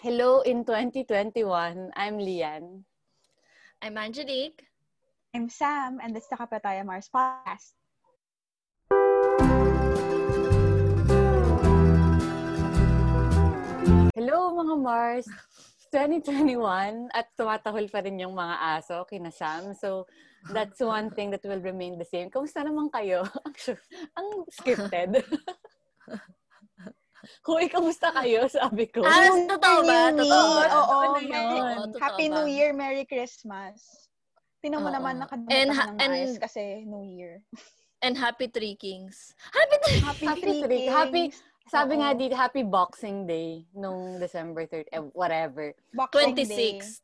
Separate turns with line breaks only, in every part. Hello in 2021. I'm Lian.
I'm Angelique.
I'm Sam, and this is the Kapataya Mars podcast.
Hello mga Mars. 2021 at tumatahol pa rin yung mga aso kina Sam. So, that's one thing that will remain the same. Kamusta naman kayo? Ang- Ang scripted. Hoy, kamusta kayo? Sabi ko.
Ah,
Yung
totoo ba?
New
Totoo ba?
Year, Oo.
Ano yun?
Merry-
Oo, totoo
Happy
ba?
New Year, Merry Christmas. Tinan mo
Oo.
naman, nakadumot
And
ako
ha-
ng
and-
ayos kasi New Year.
And Happy Three Kings. Happy Three
Happy,
Happy
Three
Three-
Kings.
Happy- Sabi nga
Oo.
dito, happy Boxing Day nung December 3rd, eh, whatever.
Boxing Day.
26.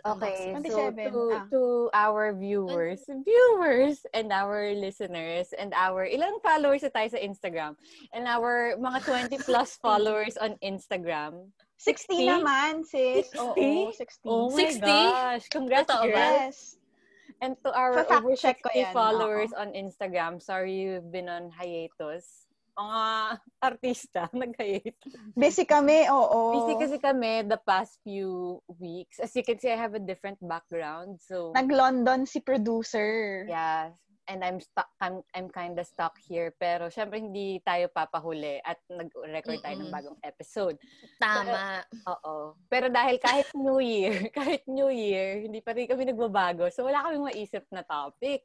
26. ang
Okay,
boxing.
so to,
27, ah. Mm.
to our viewers, viewers and our listeners and our ilang followers na tayo sa Instagram and our mga 20 plus followers on Instagram.
60 naman, sis. Oo, 60.
Oh my
60?
gosh, congrats
Totoo ba?
girl.
yes.
And to our
Fa-fact
over 60
check ko yan,
followers on Instagram, sorry you've been on hiatus. Mga artista, nag-hiatus.
Busy kami, oo.
Busy kasi kami the past few weeks. As you can see, I have a different background. So,
Nag-London si producer.
Yeah. And I'm stuck, I'm, I'm kind of stuck here. Pero syempre hindi tayo papahuli at nag-record tayo ng
Mm-mm.
bagong episode.
Tama.
Oo. Pero dahil kahit New Year, kahit New Year, hindi pa rin kami nagbabago. So wala kaming maisip na topic.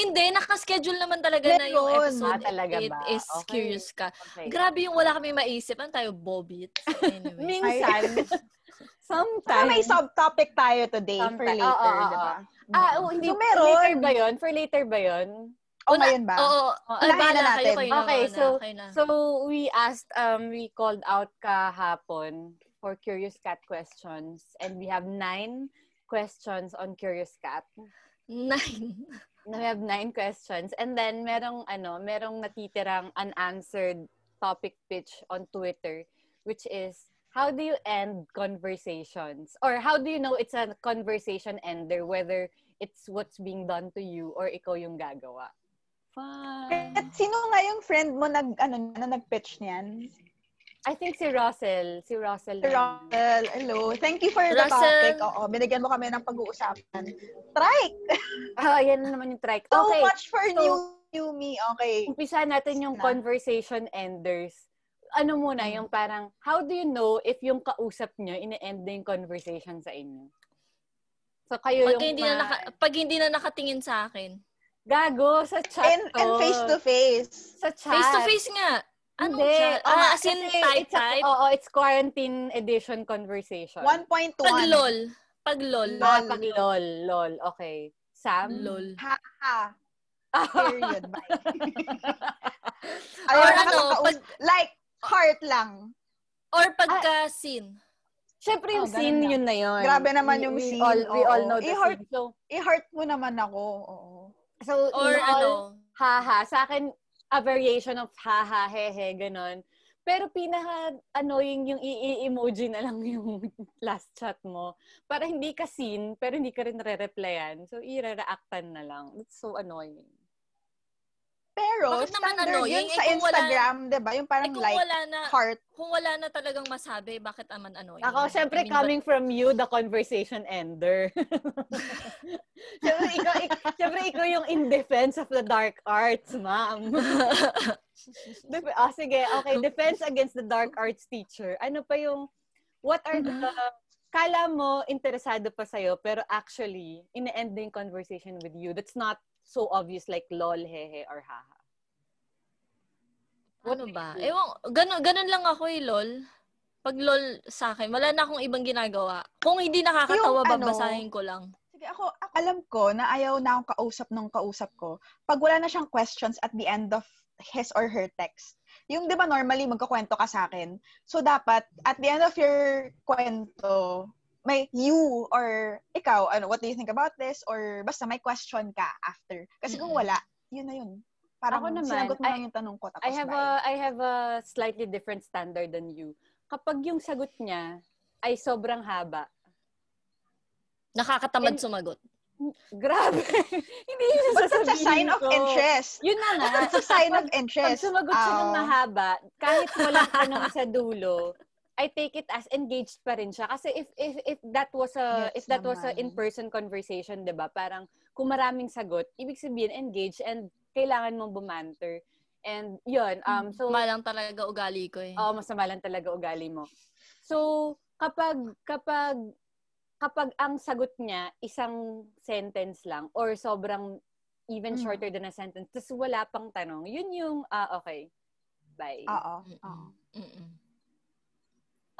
Hindi, nakaschedule naman talaga na yung
Meron.
Ah,
episode.
talaga
It
ba?
is
Okay.
Curious Ka.
Okay.
Grabe yung wala kami maisip. Ano tayo, Bobit? Anyway.
Minsan.
Baka
Sometimes.
may subtopic tayo today for
Sometime.
later,
Oo, oo, oo.
di ba?
Ah, oh, hindi.
So, meron.
Later ba yun? For later ba yun?
O
Una-
ngayon ba?
Oo. Oh,
Unahin na
bahala kayo, kayo
natin.
na
Okay,
muna,
so-
kayo na.
So, we asked, um, we called out kahapon for Curious Cat questions. And we have nine questions on Curious Cat.
Nine.
Na We have nine questions. And then, merong, ano, merong natitirang unanswered topic pitch on Twitter, which is, how do you end conversations? Or how do you know it's a conversation ender, whether it's what's being done to you or ikaw yung gagawa? Fun.
At sino nga yung friend mo nag, ano, na nag-pitch niyan?
I think si Russell. Si Russell. na yun.
Russell, hello. Thank you for the
Russell.
topic. Oo, binigyan mo kami ng pag-uusapan. Trike!
Ah, yan na naman yung track.
So
Okay,
much for
so-
new, new me. Okay.
umpisa natin yung
Na.
conversation enders. Ano muna,
Mm.
yung parang, how do you know if yung kausap nyo, ine-end na yung conversation sa inyo? So, kayo
Pag
yung
hindi, na
ma-
naka, pag hindi na nakatingin sa akin.
gago sa chat
And, and
to.
oh.
face-to-face.
Sa chat.
Face to face nga. Ano
Hindi.
siya?
Ah,
Ah, as in
kasi
type
it's a-
type.
Oo, it's quarantine edition conversation.
1.1.
Pag lol. Pag lol.
Ah,
lol.
pag lol. Lol. Okay. Sam?
Lol.
Ha. Period. Bye.
Or
Ayaw na
ano,
nakakaus-
pag-
Like, heart lang.
Or
Ah,
pagka scene.
Siyempre yung
Oh, ganun
scene,
lang.
yun na yun.
Grabe naman
We-
yung
we
scene,
All, we all
oo. Eh,
know the
I-heart-
scene. So,
I-heart mo naman ako. Oo.
so
Or
we all-
ano.
haha. Sa akin, a variation of haha, hehe, ganon. Pero pinaka annoying yung i-emoji na lang yung last chat mo. Para hindi ka seen, pero hindi ka rin re-replyan. So, i-reactan na lang. It's so annoying.
Pero,
Bakit naman
standard
annoying?
yun
Eh,
sa
kung wala-
Instagram, di ba? Yung
Eh,
parang
kung
like,
wala na,
heart.
kung wala na talagang masabi, bakit naman ano yun?
Ako, syempre,
I mean,
coming from you, the conversation ender. syempre, ikaw, ik- syempre, ikaw yung in defense of the dark arts, ma'am.
but-
Def- ah, sige. Okay, defense against the dark arts teacher. Ano pa yung, what are the, kala mo, interesado pa sa'yo, pero actually, in-end na yung conversation with you. That's not so obvious like lol, hehe, or haha.
ano ba?
eh.
Ewan, ganun, ganun lang ako eh, lol. Pag lol sa akin, wala na akong ibang ginagawa. Kung hindi nakakatawa,
Yung ano,
babasahin ko lang.
Sige, ako, ako- alam ko na ayaw na akong kausap ng kausap ko pag wala na siyang questions at the end of his or her text. Yung, di ba, normally magkakwento ka sa akin. So, dapat, at the end of your kwento, may you or ikaw, ano, what do you think about this? Or basta may question ka after. Kasi kung
Mm-mm.
wala, yun na yun. Parang
Ako naman,
sinagot mo
I-
lang yung tanong ko. Tapos
I have
bye.
a I have a slightly different standard than you. Kapag yung sagot niya ay sobrang haba.
Nakakatamad
And-
sumagot.
Grabe. Hindi yun
But
sasabihin
that's a sign of
ko.
interest.
Yun na nga.
That's a sign of um,
Pag
interest.
sumagot siya ng
Ow.
mahaba, kahit walang tanong sa ano dulo, I take it as engaged pa rin siya kasi if if if that was a if
Yes
that was a
naman.
in-person conversation, 'di ba? Parang kung maraming sagot, ibig sabihin engaged and kailangan mong bumanter. And 'yun, um so
Malang talaga ugali ko eh.
Oo, masama lang talaga ugali mo. So, kapag, kapag, kapag ang sagot niya, isang sentence lang, or sobrang even
Mm.
Mhm.
shorter than a sentence, tapos wala pang tanong, yun yung, ah, okay, bye.
Ah.
Oo. oo.
Mm-mm. Mm-mm.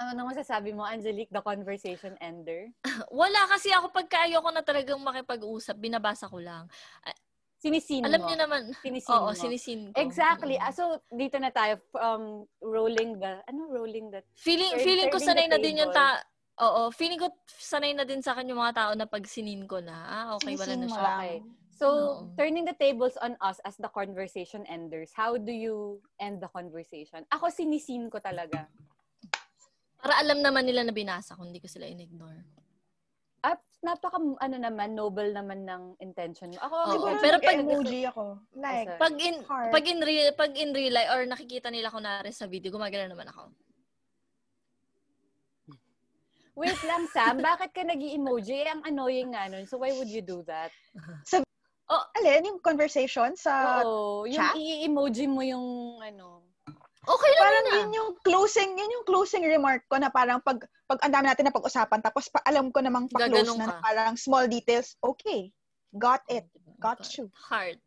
Ano nang masasabi mo, Angelique, the conversation ender?
Wala kasi ako pagka ayoko na talagang makipag-usap, binabasa ko lang.
Sinisin
Alam
mo.
niyo naman,
Sinisin
oo,
mo.
Mm. sinisin ko.
Exactly.
Mm-mm.
Ah, so, dito na tayo, um, rolling the, ano rolling the,
Feeling
Turn-
feeling ko
turning the
sanay na din yung
table.
ta Oo, feeling ko sanay na din sa akin yung mga tao na pag sinin ko na. Ah, okay, wala
Sinisin
na
mo
siya.
lang.
Okay. So,
Oo.
turning the tables on us as the conversation enders, how do you end the conversation? Ako, sinisin ko talaga.
Para alam naman nila na binasa ko, hindi ko sila in-ignore.
At napaka, ano naman, noble naman ng intention mo. Ako,
Oo,
siguro,
pero pag-
emoji ako. Like,
sorry.
Pag in
Heart.
pag in real pag in real life or nakikita nila ko na sa video, gumagana naman ako.
wait lang, Sam, bakit ka nag emoji Ang annoying nga nun. So, why would you do that?
alin, yung conversation sa...
Oo, yung
Uh, chat?
i-emoji mo yung, ano,
Okay lang yun
Parang
ah.
yun yung closing, yun yung closing remark ko na parang pag, pag ang dami natin na pag-usapan, tapos pa, alam ko namang pa-close
Gaganong
na, na
ka.
parang small details, okay, got it.
Diba?
Got you.
Heart.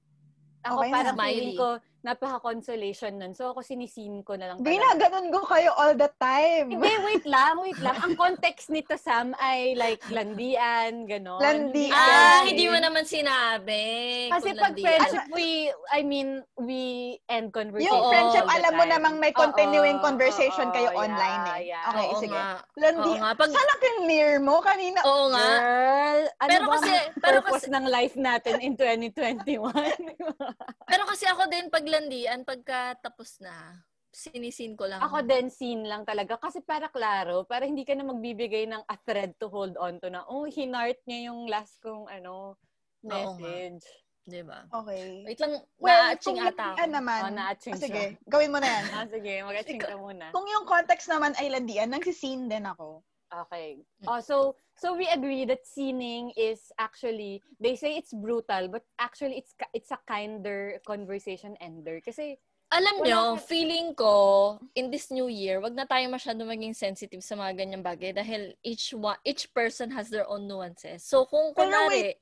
ako
Okay na.
parang feeling
Smiley.
ko, napaka-consolation nun. So, ako sinisin ko na lang talaga.
Ginaganon ko kayo all the time.
Hindi, wait lang, wait lang. Ang context nito, Sam, ay like landian, gano'n.
Landian.
Ah,
Friendship.
hindi mo naman sinabi.
Kasi
kung
pag
landian.
friendship, we, I mean, we end conversation.
Yung
Oo,
all
friendship,
the
alam mo
time.
namang may continuing
Oo,
conversation
oo,
kayo
yeah,
online eh.
yeah.
Okay,
oo
sige.
Nga.
Landi,
Oo nga. Pag-
sana clear mo kanina.
Oo nga.
Girl, ano
Pero
ba ang
kasi- pero
purpose ng life natin in 2021?
Pero kasi ako din pag landian, pagka tapos na, sinisin ko lang.
Ako din, scene lang talaga. Kasi para klaro, para hindi ka na magbibigay ng a thread to hold on to na, oh, hinart niya yung last kong, ano,
nga.
message.
Di ba?
Okay.
Wait lang,
Well,
na-atching
kung
ata
landian
ako.
Oo,
naman.
na-atching
Ah,
Oh, siya.
sige, gawin mo na yan.
Ah, sige, mag-atching ka muna.
Kung yung context naman ay landian, nagsiscene din ako.
Okay. Oh, so so we agree that seening is actually they say it's brutal but actually it's ki- it's a kinder conversation ender kasi
Alam
Wala
nyo,
ka-
feeling ko, in this new year, wag na tayo masyado maging sensitive sa mga ganyang bagay dahil each one, each person has their own nuances. So, kung
Pero
kunwari,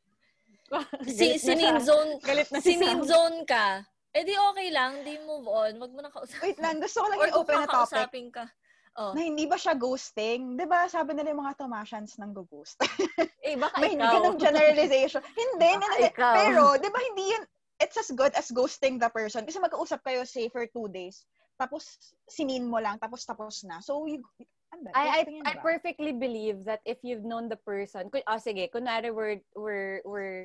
si,
Galit na siya.
sininzone,
galit na si Sam.
sininzone ka, eh di okay lang, di move on, wag mo na kausapin.
Wait lang, gusto ko lang
Or kung
i-open na topic
kakausapin ka. Oh.
na hindi ba siya ghosting? Di ba sabi nila yung mga Tomasians nang ghost
Eh baka
May
ikaw.
ganong generalization. hindi,
Baka
hindi, hindi.
ikaw.
Pero, di ba hindi yan, it's as good as ghosting the person. Kasi magkausap kayo, say, for two days. Tapos, sinin mo lang, tapos tapos na. So, you, ano ba?
I, I,
Ghosting yun
I
ba?
perfectly believe that if you've known the person, kun, oh, sige, kunwari we're, we're, we're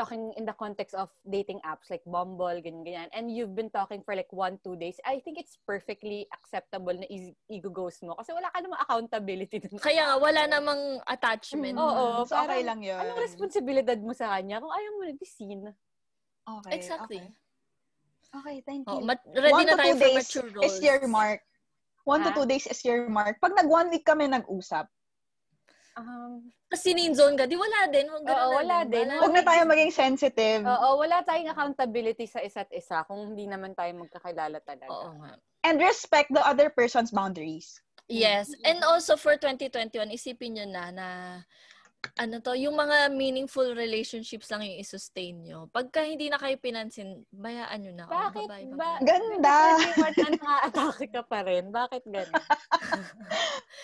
talking in the context of dating apps like Bumble, ganyan, ganyan, and you've been talking for like one, two days, I think it's perfectly acceptable na i- i-ghost mo kasi wala ka namang accountability. dun.
Kaya nga, wala namang attachment.
Mm, oo.
So, okay
parang,
lang yun.
Anong responsibilidad mo sa kanya kung ayaw mo nag-scene?
Okay,
Exactly.
Okay, Okay, thank
Oo,
you.
mat- ready
One
na
to
tayo
two
for
days
mature roles.
Is your mark. One
Ha?
to two days is your mark. Pag nag-one week kami nag-usap,
Um,
Tapos sininzone ka, di wala din. Huwag ganun
Oo,
na
wala din.
Wala
huwag na tayo maging sensitive.
oo, wala tayong accountability sa isa't isa kung hindi naman tayo magkakilala talaga.
Oo nga.
And respect the other person's boundaries.
Yes. And also for 2021, isipin nyo na na ano to, yung mga meaningful relationships lang yung isustain nyo. Pagka hindi na kayo pinansin, bayaan nyo na. Oh,
Bakit
bye-bye,
ba?
bye-bye.
Ganda.
Hindi nga atake ka pa rin. Bakit ganun?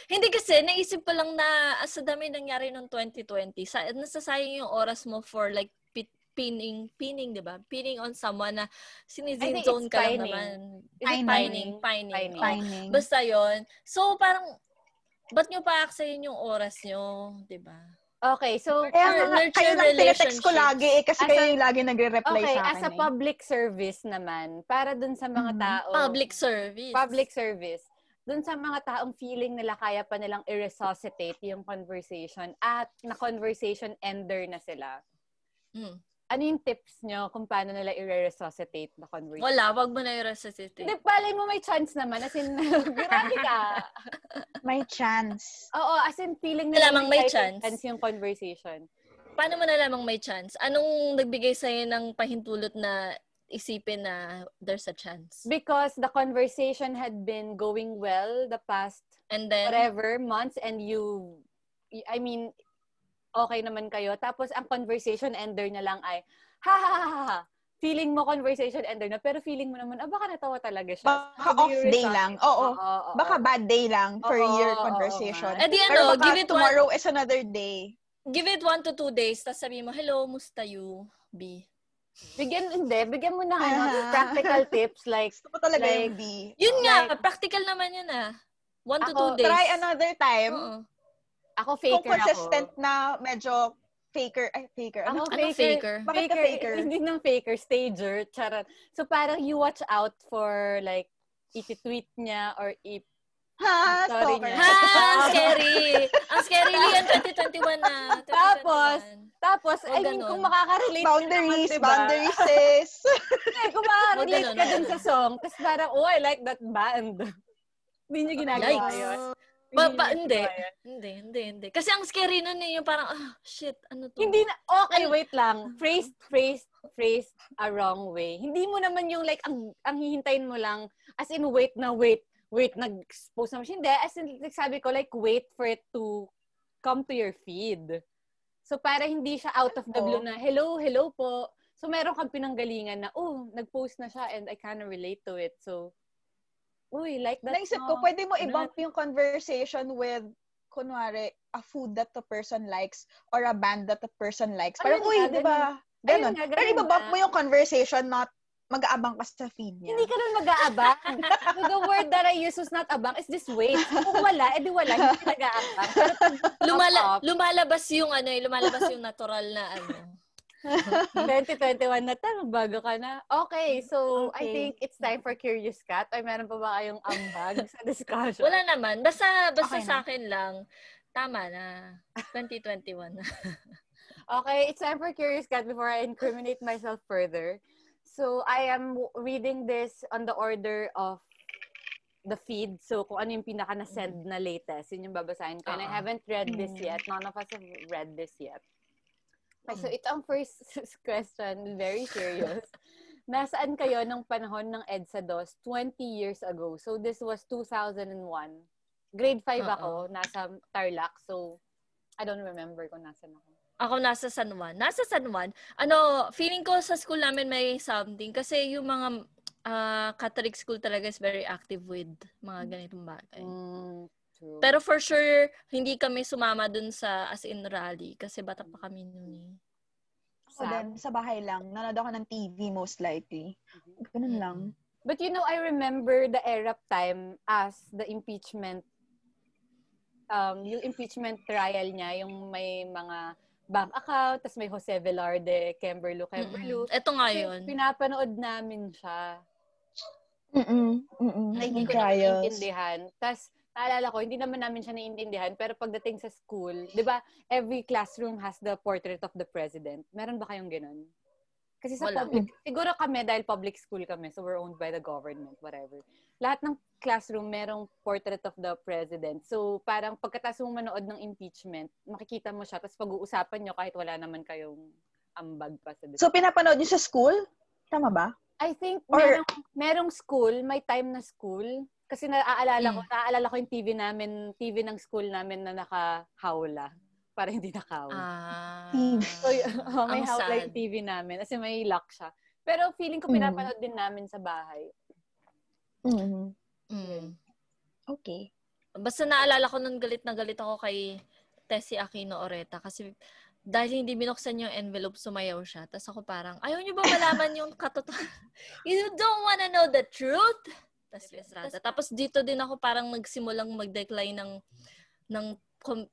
Hindi kasi, naisip ko lang na ah, sa dami nangyari noong 2020, sa, nasasayang yung oras mo for like pi- pinning, pinning, di ba? Pinning on someone na
I think
sinizinzone
it's
ka
pining.
lang naman.
Is it
Pining.
Pining, pining.
Pining.
Oo.
Timing.
Basta yon So, parang, ba't nyo paaksayin yung oras nyo? di ba?
Okay, so
Kaya
Or
nga,
nurture
kayo lang tinetext ko
relationships.
lagi eh, kasi
As
kayo
a-
yung lagi nagre-reply
okay,
sa akin
as a
eh.
public service naman, para dun sa mga
Mhm.
tao,
Mm-hmm. Public service.
public service, dun sa mga taong feeling nila kaya pa nilang i-resuscitate yung conversation at na conversation ender na sila.
Mm.
ano yung tips nyo kung paano nila i-resuscitate the conversation?
Wala, wag mo na i-resuscitate.
Hindi, palay mo may chance naman. As in, grabe ka.
May chance.
Oo, as in, feeling
Wala mang may
kahit
chance.
yung conversation.
Paano mo na lamang may chance? Anong nagbigay sa'yo ng pahintulot na isipin na there's a chance?
Because the conversation had been going well the past
And then,
whatever months and you, y- I mean, okay naman kayo. Tapos ang conversation ender na lang ay, ha ha ha ha, ha. Feeling mo conversation ender na, pero feeling mo naman, ah, baka natawa talaga siya.
Baka
How do
off
you
day
resolve
lang.
it?
Oo.
oo.
Baka bad day lang for
Oo,
your
oo,
conversation.
oo.
eh di
Pero
ano,
baka
give it one,
tomorrow is another day.
give it one to two days, tapos sabi mo, hello, musta you, B?
Bigyan, hindi, bigyan mo na ano,
Ah.
practical tips like,
Gusto ko talaga
Like,
yung B.
Yun nga,
Like-
practical naman yun ah. One to
Ako, ano,
two days.
Try another time.
Oo.
ako
Kung
faker
consistent
ako.
na medyo faker, ay faker.
Ako
Ano?
Ano faker?
Bakit ka faker?
Hindi nang faker, stager, charot. So parang you watch out for like, iti-tweet niya or i- Sorry
Ha, stalker.
niya.
Ha, ang scary. Ang ah. scary Lian, 2021 na. 2021.
Tapos, Tapos,
O,
I mean,
ganun.
kung makaka-relate ka
Boundaries,
naman, diba?
boundaries, sis.
Hindi, kung makaka-relate
O, ganun,
ka dun
ganun.
sa song, tapos parang, oh, I like that band. Hindi niyo ginagawa
Yikes.
yun.
Ba-
niyo ginagawa
ba- hindi.
yun.
Hindi, hindi, hindi. Kasi ang scary nun eh, yung parang, ah, shit, ano to?
Hindi na, okay, wait lang. Phrased, phrased, phrased a wrong way. Hindi mo naman yung like, ang, ang hihintayin mo lang, as in wait na wait, wait, nag-expose naman siya. Hindi, as in, like, sabi ko, like, wait for it to come to your feed. So, para hindi siya out of the blue na, hello, hello po. So, meron kang pinanggalingan na, oh, nag-post na siya and I kind of relate to it. So, uy, like that
Naisip ko,
song.
pwede mo
Ganun.
i-bump yung conversation with, kunwari, a food that the person likes or a band that the person likes. Parang,
Ayun
uy,
nga,
di ba?
Ayun
Ganon.
nga,
Pero
ganun
ibabump
nga.
mo yung conversation, not mag-aabang ka sa feed niya.
Hindi ka nun mag-aabang. so the word that I use was not abang is this wait. Kung wala, edi wala. Hindi ka nag-aabang.
Lumala- lumalabas yung ano, eh, lumalabas yung natural na ano.
2021 na tayo, bago ka na. Okay, so I
Okay.
think it's time for Curious Cat. Ay, meron pa ba kayong ambag sa discussion?
Wala naman. Basta, basta
Okay na.
sa akin lang, tama na. 2021 na.
Okay, it's time for Curious Cat before I incriminate myself further. So, I am w- reading this on the order of the feed. So, kung ano yung pinaka-send na latest, yun yung babasahin ko. And I
Oo.
haven't read this
Mm.
yet. None of us have read this yet. Okay, so
Mm.
ito ang first question, very serious. Nasaan kayo ng panahon ng EDSA DOS 20 years ago? So, this was 2001. Grade 5
Oo.
ako, nasa Tarlac. So, I don't remember kung nasan ako.
Ako nasa San Juan. Nasa San Juan. Ano, feeling ko sa school namin may something kasi yung mga ah, Catholic school talaga is very active with
Hmm.
mga ganitong bagay.
Mm, true.
Pero for sure, hindi kami sumama dun sa as in rally kasi bata pa kami nun eh.
Ako din, sa bahay lang. Nanood ako ng TV most likely.
Mm-hmm.
Ganun lang.
But you know, I remember the Arab time as the impeachment um yung impeachment trial niya, yung may mga bank account, tas may Jose Velarde, Kimberlu, Kimberlu.
Mm-mm. Ito nga
Kasi
yun.
Pinapanood namin siya.
Mm-mm. Mm-mm.
Na hindi
Yung
ko na
trials.
naiintindihan. Tapos, naalala ko, hindi naman namin siya naiintindihan. Pero pagdating sa school, di ba, every classroom has the portrait of the president. Meron ba kayong ganun? Kasi sa
Wala.
public, siguro kami, dahil public school kami, so we're owned by the government, whatever. Lahat ng classroom, merong portrait of the president. So, parang pagkatas mong manood ng impeachment, makikita mo siya, tapos pag-uusapan nyo kahit wala naman kayong ambag pa sa
So, pinapanood niyo sa school? Tama ba?
I think
Or-
merong, merong school, may time na school. Kasi naaalala ko,
Mm.
naaalala ko yung TV namin, TV ng school namin na nakahawla. Para hindi nakahawla.
Ah.
Hmm.
so, y- oh, may
ang
hawla
sad.
yung TV namin. Kasi may lock siya. Pero feeling ko
Mm.
pinapanood din namin sa bahay.
Mm-mm.
Mm.
Mm-hmm. Okay.
Basta naalala ko nun galit na galit ako kay Tessie Aquino Oreta kasi dahil hindi binuksan yung envelope, sumayaw siya. Tapos ako parang, ayaw niyo ba malaman yung katotohanan? you don't wanna know the truth? Tapos Rada. Tapos dito din ako parang nagsimulang mag-decline ng, ng com-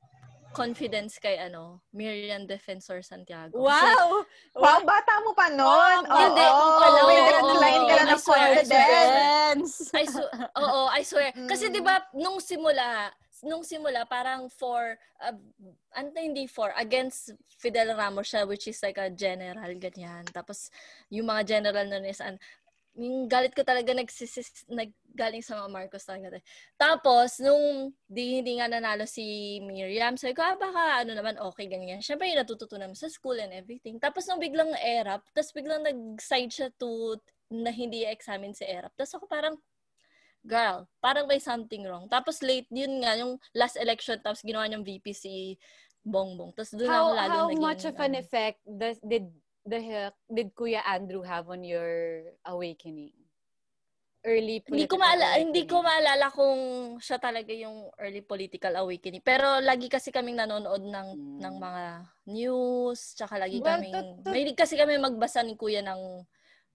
confidence kay ano, Miriam Defensor Santiago. Kasi-
Wow!
Wow, bata mo pa nun!
Oh,
Oo,
hindi, kung pala,
may
oo,
decline ka na
oo,
ng
I swear, I swear.
confidence.
Friends!
I sw- oo, I swear. Kasi
Mm.
'di ba nung simula, nung simula, parang for, uh, ano hindi for, against Fidel Ramos siya, which is like a general, ganyan. Tapos, yung mga general nun is, an, yung galit ko talaga nagsisis, naggaling sa mga Marcos talaga. Tapos, nung di, hindi nga nanalo si Miriam, sabi ko, ah, baka ano naman, okay, ganyan. Siyempre, yung natututunan mo sa school and everything. Tapos, nung biglang erap, tapos biglang nag-side siya to na hindi examine si erap. Tapos ako parang, girl, parang may something wrong. Tapos late, yun nga, yung last election, tapos ginawa niyang VP si Bongbong. Tapos doon ako
How,
lalo
how
naging,
much of an
ano,
effect does, did the heck did Kuya Andrew have on your awakening? Early
Hindi ko
political
maalala, hindi ko
awakening.
maalala kung siya talaga yung early political awakening. Pero lagi kasi kaming nanonood ng
Mm.
ng mga news, tsaka lagi
Well,
kaming
to- to-
mahilig kasi kami magbasa ni Kuya ng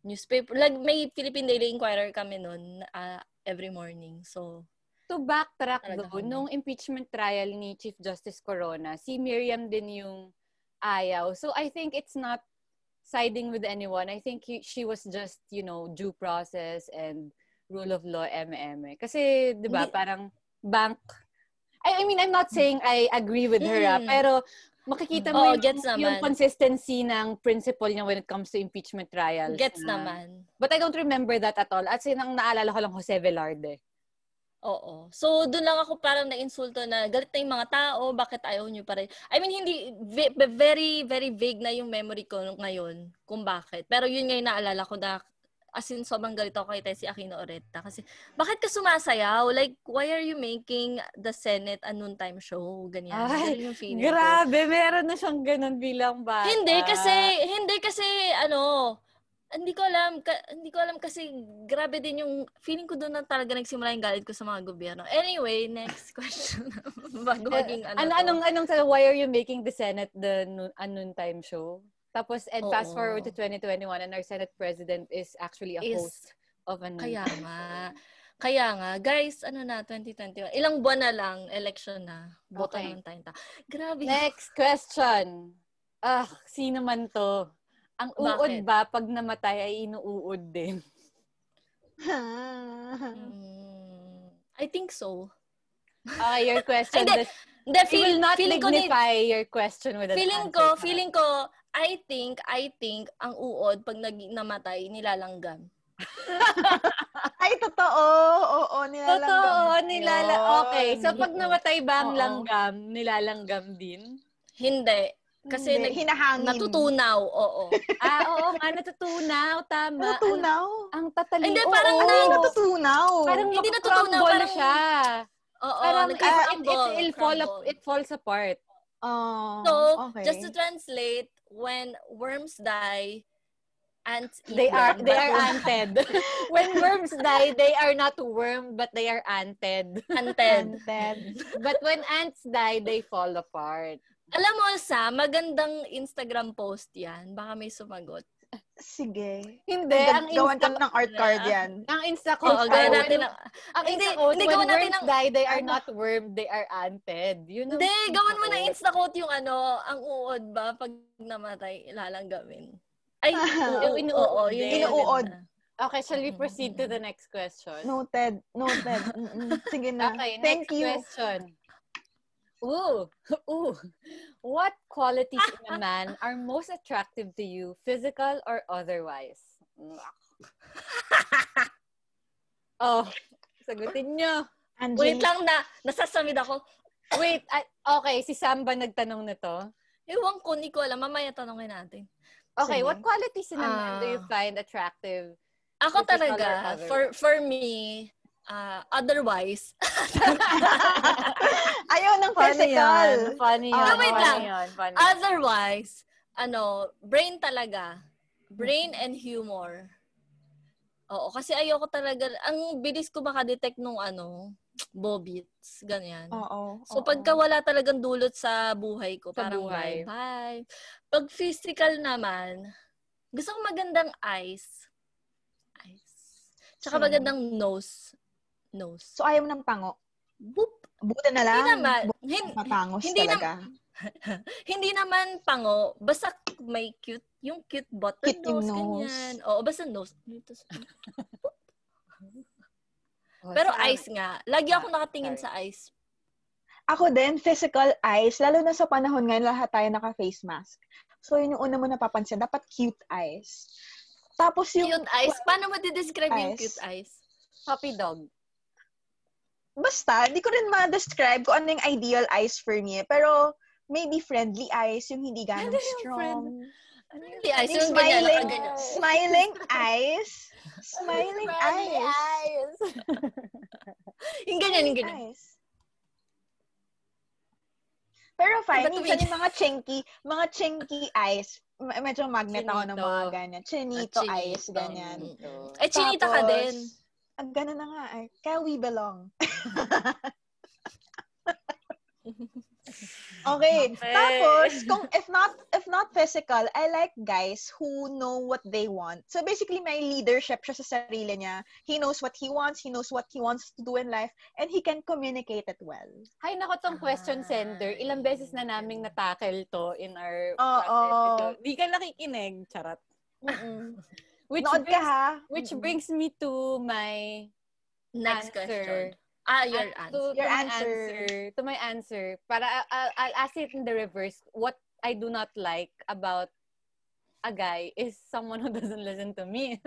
newspaper. Like may Philippine Daily Inquirer kami noon ah, every morning. So,
To backtrack
Talaga
though,
kami.
nung impeachment trial ni Chief Justice Corona, si Miriam din yung ayaw. So I think it's not siding with anyone. I think he- she was just, you know, due process and rule of law, MM. Kasi, di ba,
Hindi-
parang bank. I, I mean, I'm not saying I agree with her, ah,
Mm.
pero makikita mo yung,
Oo, Oh, gets naman.
yung consistency ng principle niya when it comes to impeachment trials.
gets
na-
naman.
But I don't remember that at all. At sinang naalala ko lang Jose Velarde.
Oo. So, doon lang ako parang na-insulto na galit na yung mga tao, bakit ayaw nyo pa rin? I mean, hindi, ve- ve- very, very vague na yung memory ko nung- ngayon kung bakit. Pero yun nga yung naalala ko na as in, sobrang galit ako kay Tessie Aquino Oretta. Kasi, bakit ka sumasayaw? Like, why are you making the Senate a noontime show? Ganyan.
Ay,
Ganun yung feeling ko.
Grabe, meron na siyang ganun bilang bata.
Hindi kasi hindi kasi ano, hindi ko alam ka- hindi ko alam kasi grabe din yung feeling ko doon na talaga nagsimula yung galit ko sa mga gobyerno. Anyway, next question. Bago maging ano.
Ano,
to.
anong, anong, sa- why are you making the Senate the noon, a noontime show? Tapos, and fast
Oo.
forward to 2021 and our Senate President is actually a
Is-
host of a
kaya
noontime
nga.
show.
Kaya nga, guys, ano na 2021. Ilang buwan na lang election na. Boto
Okay.
na lang tayong ta. Grabe.
Next question. Ah, sino man to? Ang uod
Bakit?
ba pag namatay ay inuud din?
Mm, I think so.
Okay, Ah, your question.
Hindi,
does-
The
we will
feel,
not
feeling ko ni-
dignify your question with an
feeling
answer
ko,
card.
feeling ko, I think, I think, ang uod, pag nag namatay, nilalanggam.
Ay, totoo. Oo, nilalanggam.
Totoo, nilala...
yun.
Okay, so pag namatay ba ang
Oo.
langgam, nilalanggam din?
Hindi. Kasi nag,
Hindi, hinahangin.
natutunaw, oo.
Ah, oo nga, natutunaw, tama.
Natutunaw?
Ang, ang tatalino.
Hindi, parang
oo,
Ay,
na-
natutunaw.
Parang
Hindi
hindi
natutunaw, parang-
siya.
Oo,
Parang it, it, it,
nagka-crumble,
it'll fall up,
crumble.
it falls apart.
Oh,
So,
okay.
just to translate, when worms die, ants eat
They are
them,
they
but
are
when-
anted. When worms die, they are not wormed, but they are anted.
anted.
Content.
But when ants die, they fall apart.
Alam mo, sa magandang Instagram post yan. Baka may sumagot.
Sige.
Hindi, ang
Gawan
insta,
ka ng art card yan.
ang insta
Oo,
coach
gawin
daw,
natin
when-
ang-
Ang
Hindi,
insta coach,
hindi,
when
gawin natin
worms
ang-
die, they are
ano?
not wormed, they are anted. Yun ang
Hindi,
insta
gawan mo na
quote.
insta-quote yung ano, ang uod ba pag namatay, lalanggawin. Ay,
Ah.
oo,
Yung
oo,
inuod
yun,
din.
Inuod.
yun na.
Okay, shall we proceed to the next question?
Noted. Noted. Mm-mm. Sige na.
Okay,
Thank
next
you.
question. Ooh, ooh. What qualities in a man are most attractive to you, physical or otherwise? Oh, sagutin nyo.
Angie.
Wait lang na, nasasamid ako.
Wait, ay- okay, si Sam ba nagtanong na to?
Ewan ko, hindi ko alam. Mamaya tanongin natin.
Okay,
Sige.
what qualities in a man do you
Ah.
find attractive?
Ako
Physical or
talaga,
otherwise?
for for me, ah, otherwise,
Ayaw ng
ano
physical.
yan. Funny
Ah,
yan.
wait
funny
lang.
yan, funny.
otherwise, ano, brain talaga. Brain
Mm-hmm.
and humor. Oo, kasi ayoko talaga, ang bilis ko maka-detect nung ano, bobits, ganyan.
Oo.
So
oo.
pagka wala talagang dulot sa buhay ko,
Sa
parang
buhay.
bye-bye. Pag physical naman, gusto ko magandang eyes. Eyes. Tsaka
Same.
magandang nose. Nose.
So, ayaw mo ng pango.
Whoop.
Buta na lang.
Hindi naman,
Bu-
hin-
Matangos
hindi nam-
talaga.
hindi naman pango, basta may cute, yung cute button
Cute yung
nose,
nose.
ganyan. Oo, basta nose. Dito sa-
Oh,
Pero
Sam. Oh,
eyes nga. Lagi ako nakatingin
Sorry.
sa eyes.
Ako din, physical eyes, lalo na sa panahon ngayon, lahat tayo naka-face mask. So, yun yung una mo napapansin. Dapat cute eyes. Tapos yung,
Cute eyes. Paano mo describe yung
Eyes.
cute eyes?
Puppy dog.
basta, di ko rin ma-describe kung ano yung ideal eyes for me. Pero, maybe friendly eyes, yung hindi
Ano
ganong
yung
strong.
Ano yung cute eyes?
Yung
Yung ganyan,
smiling.
nakaganyan.
Smiling eyes. Smiling eyes.
Yung ganyan, yung ganyan.
Eyes. Pero fine,
Iba
minsan
tuwing-
yung mga chinky, mga chinky eyes, me- medyo magnet ako ng mga
Chinito.
ganyan. Chinito,
Ah,
eyes,
chinito.
ganyan.
Eh, chinita ka
Tapos,
din.
Ang gano'n na nga, ay, kaya we belong. okay.
Okay.
Tapos, kung if not if not physical, I like guys who know what they want. So basically, may leadership siya sa sarili niya. He knows what he wants, he knows what he wants to do in life, and he can communicate it well.
Hay nako tong question
Ay.
sender. Ilang beses na naming natakel to in our
Oo.
episode. Di ka nakikinig, charot. Which
Nood ka
brings,
ha? Mm-hmm.
which
Mm-mm.
brings me to my
Next
answer.
question. Ah, your
to,
answer.
to
Your
my
answer.
To my answer. Para I- I'll, I'll ask it in the reverse. What I do not like about a guy is someone who doesn't listen to me.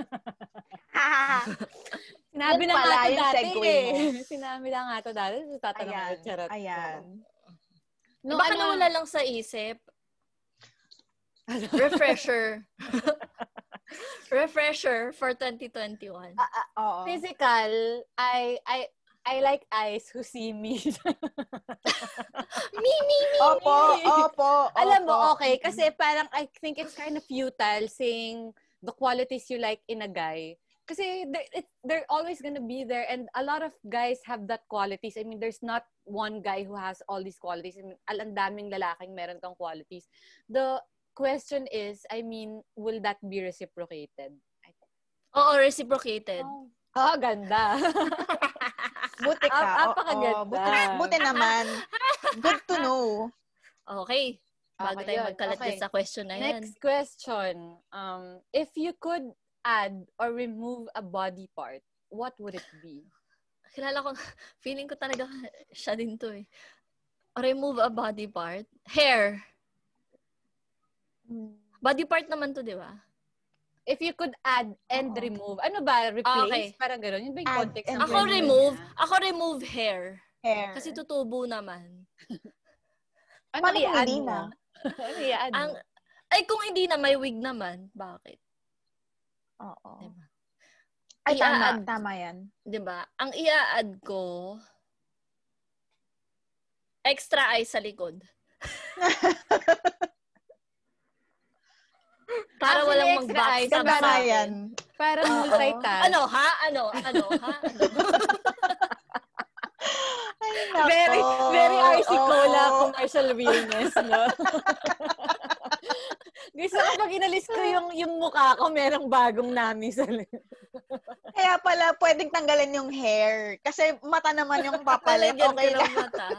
Sinabi
Yun
na
pala
nga to
yung
dati
segue
eh.
mo.
Sinabi na nga to dati. So, tatanong
Ayan.
ulit, Ano charot.
Ayan.
No,
Baka
ano,
nawala lang sa isip. Refresher. Refresher for 2021.
Ah, ah, oo.
uh, physical, I, I, I like eyes who see me.
me, me, me.
Opo, opo,
Alam
opo.
mo, okay, kasi parang I think it's kind of futile saying the qualities you like in a guy. Kasi they're, it, they're always gonna be there and a lot of guys have that qualities. I mean, there's not one guy who has all these qualities. I mean, al- ang daming lalaking meron kang qualities. The question is, I mean, will that be reciprocated?
Oo, reciprocated.
Mm-hmm.
Oh, ganda.
Buti ka.
Ah,
oo.
apakaganda.
buti, buti naman. Good to know.
Okay. Bago
Okay,
tayo
yun.
magkalat
Okay.
dun sa question na yan.
Next question. Um, if you could add or remove a body part, what would it be?
Kilala ko, feeling ko talaga siya din to eh. Remove a body part. Hair.
Hmm.
Body part naman to, di ba?
If you could add and
Oo.
remove, ano ba?
Okay.
Replace? Parang gano'n. Yun ba yung
Add
context?
and
ng
Ako
question
remove.
niya?
Ako remove hair.
Hair.
Kasi tutubo naman.
Ano
Paano kung
i-add
hindi
mo?
na?
Ano i-add mo?
Ang,
Ano?
ay, kung hindi na, may wig naman. Bakit?
Oo.
Diba?
Ay, tama.
I-add.
Tama yan.
Diba? Ang ia-add ko, extra eye sa likod. Para
Actually,
walang
extra eye,
mag-backstab sa
tama
akin.
yan.
Parang
Oo.
multitask.
Ano, ha? Ano? Ano, ha? Ano?
Ay, nako.
Very, very RC Cola
Oo.
commercial realness, no? Gusto ko pag inalis ko yung, yung mukha ko, merong bagong nami sa
Kaya pala, pwedeng tanggalin yung hair. Kasi mata naman yung papalit.
Lalagyan
Okay
ko
lang.
ng mata.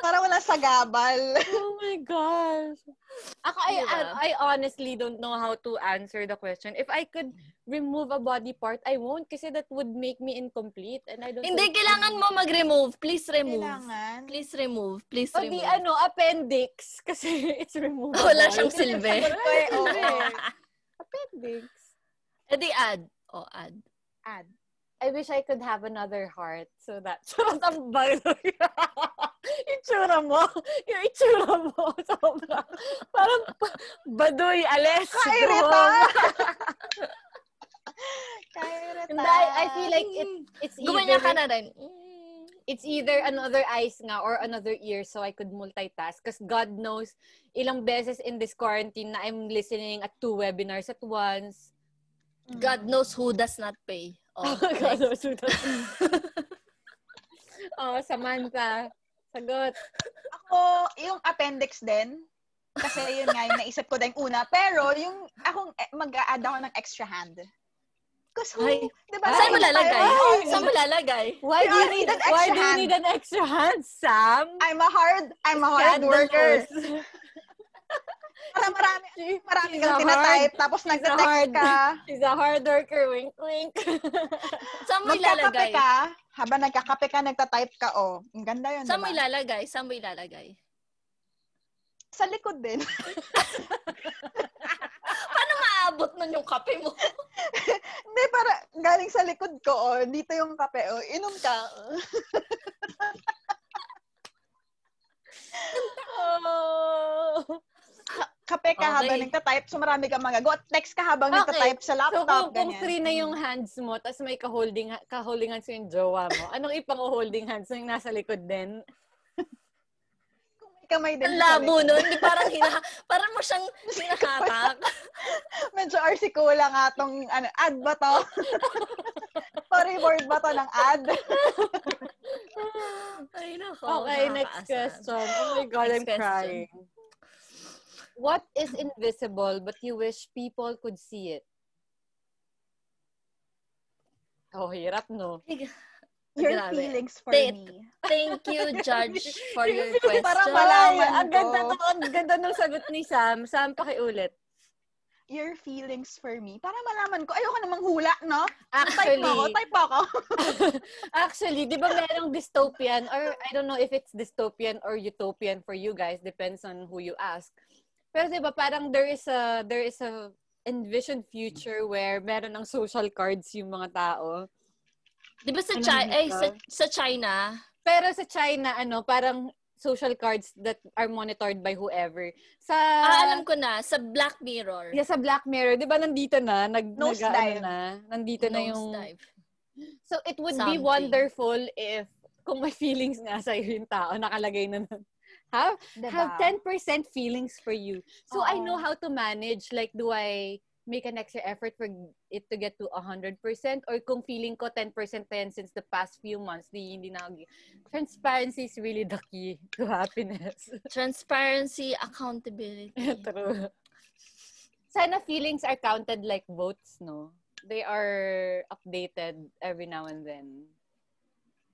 Para wala sa gabal.
Oh my gosh. Ako, I,
Diba?
I, I honestly don't know how to answer the question. If I could remove a body part, I won't kasi that would make me incomplete and I don't
Hindi,
think-
kailangan mo mag-remove. Please remove.
Kailangan.
Please remove. Please
O di
remove.
ano, appendix kasi it's removable.
Wala siyang silbi.
Wala siyang
Oo.
silbi. appendix.
Eh di add. O, add.
Add.
I wish I could have another heart so that charot ang bago. itsura mo. Yung itsura mo. Sobra. Parang pa- baduy, ales.
Kairita! Kairita.
And I, I feel like it, it's
Mm, Gumanya
either,
ka na rin. Mm.
it's either another eyes nga or another ear so I could multitask. Because God knows, ilang beses in this quarantine na I'm listening at two webinars at once.
God knows who does not pay. Oh,
God knows who does. oh, Samantha. Sagot.
Ako, yung appendix din. Kasi yun nga yung naisip ko din una. Pero yung akong eh, mag-a-add ako ng extra hand. Kasi who,
Ay.
di ba?
Saan mo
naisip
lalagay?
tayo, ay,
Saan mo lalagay?
Why do
I
you need
need an
why
extra
do you
hand.
need an extra hand, Sam?
I'm a hard, I'm a hard worker.
Scandalous.
Para marami,
She-
marami
she's
kang
a
tinatype,
hard-
tapos
hard.
nagte-text ka.
She's a hard worker, wink, wink.
Saan mo
Magkakape
ilalagay?
ka, habang nagkakape ka, nagtatype ka, oh. Ang ganda
ano
yun,
Saan mo
diba?
ilalagay? Saan mo ilalagay?
Sa likod din.
Paano maabot nun yung kape mo?
Hindi, para galing sa likod ko, oh. Dito yung kape, oh. Inom ka.
oh.
Kape ka
Okay.
habang nagtatype, so marami kang magagawa. Text ka habang
Okay.
nagtatype sa
So,
laptop,
kung, kung
ganyan.
free na yung hands mo, tapos may ka-holding, ka-holding hands yung jowa mo, anong ipang-holding hands yung nasa likod din?
Kung may kamay din
Ang
sa
labo
likod.
nun. Di parang hina, parang mo siyang hinahatak.
Medyo arsikola nga tong, ano, ad ba to? Storyboard ba to ng ad?
Ay, nako.
Okay, next
nakakaasar.
question. Oh my God, I'm
Next question.
crying. What is invisible but you wish people could see it? Oh, hirap, no?
Your
Grabe.
feelings for
Tit.
me.
Thank you, Judge, for your question.
Parang wala. Malaman
Ay, ang
ko.
ganda to. Ang ganda ng sagot ni Sam. Sam, pakiulit.
Your feelings for me. Para malaman ko, ayoko namang hula, no? Type
Actually,
mo ako, type mo ako.
actually, di ba merong dystopian or I don't know if it's dystopian or utopian for you guys. Depends on who you ask. Pero di ba parang there is a, there is a envisioned future where meron ng social cards yung mga tao.
Di ba sa,
Ano
Chi-
yun,
ay, sa,
ikaw?
sa China,
Pero sa China, ano, parang social cards that are monitored by whoever. Sa,
ah, alam ko na, sa Black Mirror.
yeah, sa Black Mirror, di ba nandito na, nag, nag
Nosedive.
ano na, nandito na yung,
Nosedive.
so it would be
Something.
wonderful if, kung may feelings nga sa'yo yung tao, nakalagay na nun. Have,
Diba?
have 10% feelings for you. So I
Oo.
know how to manage, like, do I make an extra effort for it to get to 100% or kung feeling ko 10% na yan since the past few months, di hindi na ako- Transparency is really the key to happiness.
Transparency, accountability.
True. Sana feelings are counted like votes, no? They are updated every now and then.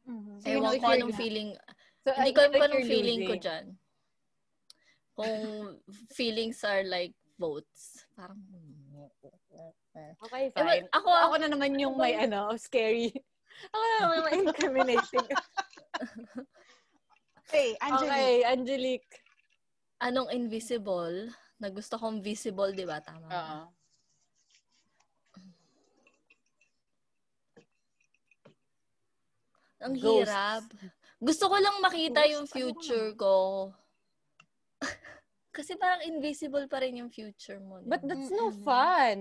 Mhm.
So, you know,
Ewan
if
ko
you're
anong
not-
feeling.
So, I
Hindi ko
feel like
alam kung anong
you're
feeling ko
losing.
dyan. Kung feelings are like votes. Parang,
Okay,
Ewan,
fine.
ako,
Ako na naman yung may ano, scary. Ako na naman yung may incriminating.
Okay, Angelique.
okay, Angelique.
anong invisible? Na gusto kong visible, di ba? Tama. ba?
Oo.
Ang
Ghosts.
hirap. Gusto ko lang makita
Ghosts,
yung
ano
future ko. Kasi parang invisible pa rin yung future mo. di
But Oh,
ba?
that's no
Mm-mm.
fun.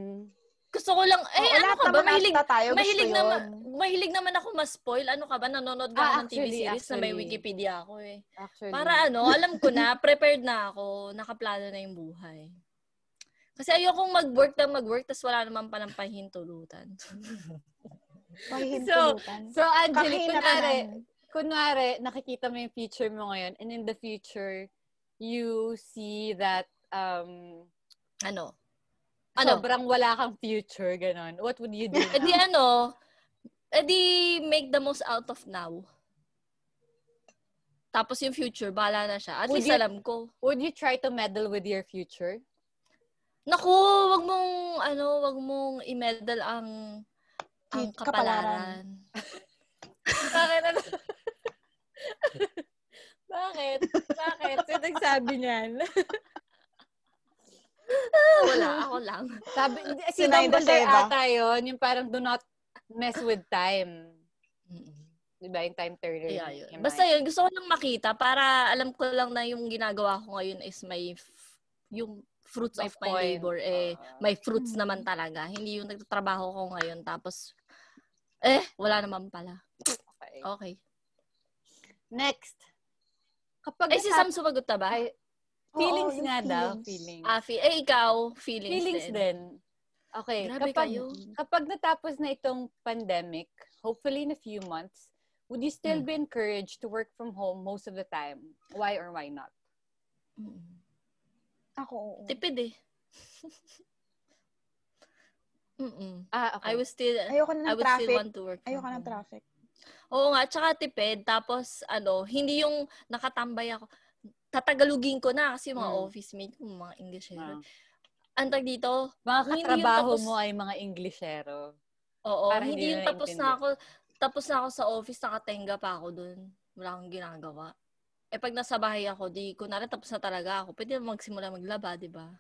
Gusto ko lang, eh,
Oo,
ano
lahat
ka ba?
naman
Mahilig,
ata tayo, gusto
mahilig,
yun.
naman, mahilig naman ako ma-spoil. Ano ka ba? Nanonood ka
Ah,
ng TV
actually,
series na may
actually.
Wikipedia ako eh.
Actually.
Para ano, alam ko na, prepared na ako, nakaplano na yung buhay. Kasi ayokong mag-work na mag-work, tas wala naman palang pahintulutan.
Pahintulutan.
So, Angelique,
Kahinatanan.
kunwari, kunwari, nakikita mo yung future mo ngayon, and in the future, you see that um,
Ano? Ano?
sobrang wala kang future, ganon. What would you do?
Eh di ano, eh di make the most out of now. Tapos yung future, bahala na siya. At
Would
least
you-
alam ko.
would you try to meddle with your future?
Naku, wag mong, ano, wag mong i-medal ang, ang
Kit- kapalaran.
kapalaran.
Bakit? Ano? Bakit? Bakit? Sino nagsabi niyan?
Wala, ako lang.
Sabi, si
Sinayin
Bang
daw
Bander
siya iba.
ata yun, yung parang do not mess with time.
Mm-mm.
Diba? Yung time turner.
Kaya
ni
yun.
Kimai.
Basta yun, gusto ko lang makita para alam ko lang na yung ginagawa ko ngayon is may, f- yung fruits
May
of my
point.
labor, eh,
Oo.
may fruits
Mm.
naman talaga. Hindi yung nagtatrabaho ko ngayon, tapos, eh, wala naman pala.
Okay.
Okay.
Next. Kapag
Ay, si
nasa-
Sam sumagot na ba?
Ay, feelings
Oo, yung
nga daw.
feelings.
Feelings.
ah, fe- eh, ikaw, feelings,
feelings
din.
din. Okay.
Grabe
kapag,
kayo.
kapag natapos na itong pandemic, hopefully in a few months, would you still
Hmm.
be encouraged to work from home most of the time? Why or why not?
Mm.
Ako, oo.
Tipid eh. Mm-mm.
Ah,
I
okay.
was still,
Ayoko na
I
ng
would still
traffic.
want to work from
Ayoko na ng
home.
traffic.
Oo nga, tsaka tipid. Tapos, ano, hindi yung nakatambay ako. tatagalugin ko na kasi yung mga
Mm.
office mate ko, mga English.
Ah.
Ang tag dito,
Mga
Diba? Hindi yun
katrabaho
tapos-
mo ay mga Englishero.
oo,
Para hindi
hindi yung
na
tapos na
naintindihan.
ako, tapos na ako sa office, nakatenga pa ako dun. Wala akong ginagawa. Eh, pag nasa bahay ako, di ko na tapos na talaga ako. Pwede na magsimula maglaba, di ba?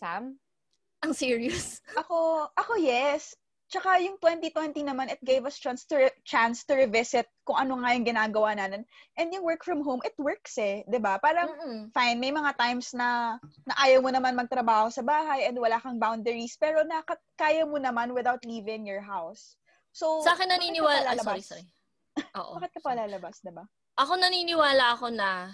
Sam?
Ang serious.
Ako, ako yes. Tsaka yung 2020 naman, it gave us chance to, chance to revisit kung ano nga yung ginagawa natin. And yung work from home, it works eh. 'di ba Parang,
Mm-mm.
fine, may mga times na, na ayaw mo naman magtrabaho sa bahay and wala kang boundaries, pero naka, kaya mo naman without leaving your house. So,
Sa akin
bakit ka
naniniwala, ah,
palalabas?
sorry, sorry. Oo.
Bakit ka pa lalabas, diba?
Ako naniniwala ako na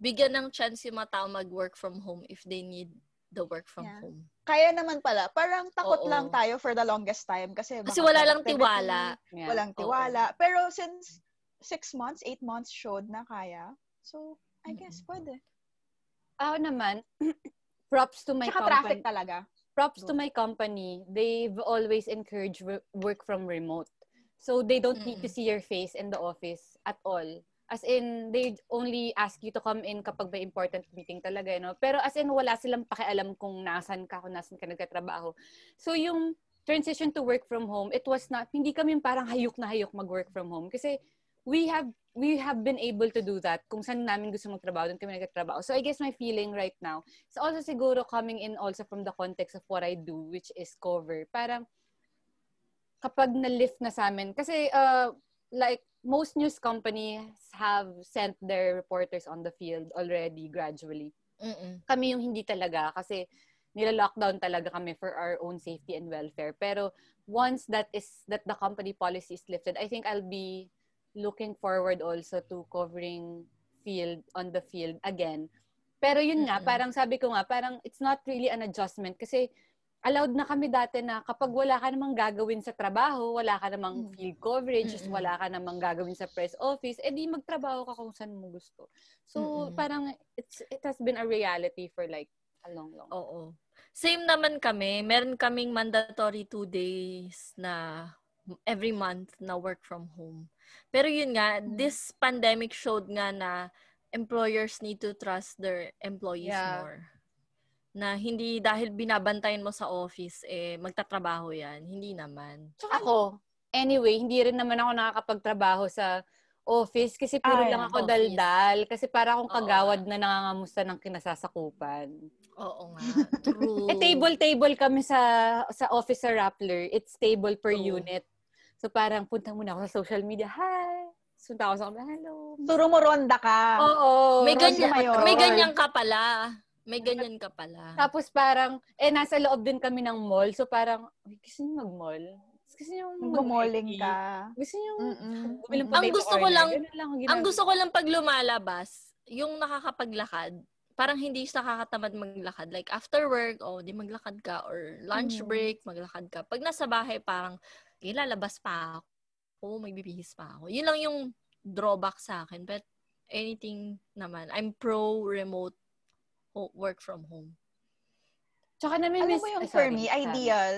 bigyan ng chance yung mga tao mag-work from home if they need the work from
Yeah.
home.
Kaya naman pala. Parang
Oo.
takot lang tayo for the longest time kasi
Kasi
baka
wala lang
productivity,
tiwala.
Yeah.
Walang
Oo.
tiwala. Pero since six months, eight months showed na kaya, so I guess pwede.
Ako naman, props to my
Tsaka
company.
traffic talaga.
props to my company, they've always encouraged wo- work from remote. So they don't need to
Mm-mm.
see your face in the office at all. As in, they only ask you to come in kapag may important meeting talaga, you know? Pero as in, wala silang pakialam kung nasan ka, kung nasan ka nagkatrabaho. So yung transition to work from home, it was not, hindi kami parang hayok na hayok mag-work from home. Kasi we have we have been able to do that kung saan namin gusto magtrabaho, doon kami nagtatrabaho. So I guess my feeling right now it's also siguro coming in also from the context of what I do, which is cover. Parang kapag na-lift na sa amin, kasi uh, like most news companies have sent their reporters on the field already gradually.
Mm-mm.
Kami yung hindi talaga kasi nila-lockdown talaga kami for our own safety and welfare. Pero once that is that the company policy is lifted, I think I'll be looking forward also to covering field on the field again. Pero yun nga,
Mm-mm.
parang sabi ko nga, parang it's not really an adjustment kasi allowed na kami dati na kapag wala ka namang gagawin sa trabaho, wala ka namang
Mm.
field coverage,
Mm-mm.
wala ka namang gagawin sa press office, edi magtrabaho ka kung saan mo gusto. So,
Mm-mm.
parang it's it has been a reality for like a long long.
Oo. Same naman kami. Meron kaming mandatory two days na every month na work from home. Pero yun nga,
Hmm.
Mm.
this pandemic showed nga na employers need to trust their employees
Yeah.
more. Na hindi dahil binabantayan mo sa office, eh, magtatrabaho yan. Hindi naman.
Tsaka ako, anyway, hindi rin naman ako nakakapagtrabaho sa office kasi puro
Ay,
lang ako
office.
daldal kasi para akong
Oo
kagawad na nangangamusta ng kinasasakupan.
Oo nga. True.
Eh, table-table kami sa sa office sa Rappler. It's table per
Oo.
unit. So parang punta muna ako sa social media. Hi! Punta ako sa kanila, hello.
Turo mo ronda ka.
Oo.
may,
Rosie
ganyan,
Mayor.
may
Mayor.
ganyan ka pala. May ganyan ka pala.
Tapos parang, eh, nasa loob din kami ng mall. So parang, uy, gusto niyo mag-mall? Gusto niyo
Gumoling
mag-Nike?
ka.
Gusto niyo
Mm-mm.
bumili ng
Ang
potato
gusto ko
corner?
lang-
Ganun lang
Ang gusto ko lang pag lumalabas, yung nakakapaglakad, parang hindi siya nakakatamad maglakad. Like, after work, o, di maglakad ka, or lunch
Mhm.
break, maglakad ka. Pag nasa bahay, parang, eh, lalabas pa ako, may bibihis pa ako. Yun lang yung drawback sa akin. But, anything naman, I'm pro-remote ho- work from home.
Tsaka namin
Alam
miss...
mo yung
Ay,
for
Ah, sorry, Ah,
me,
Sam.
ideal,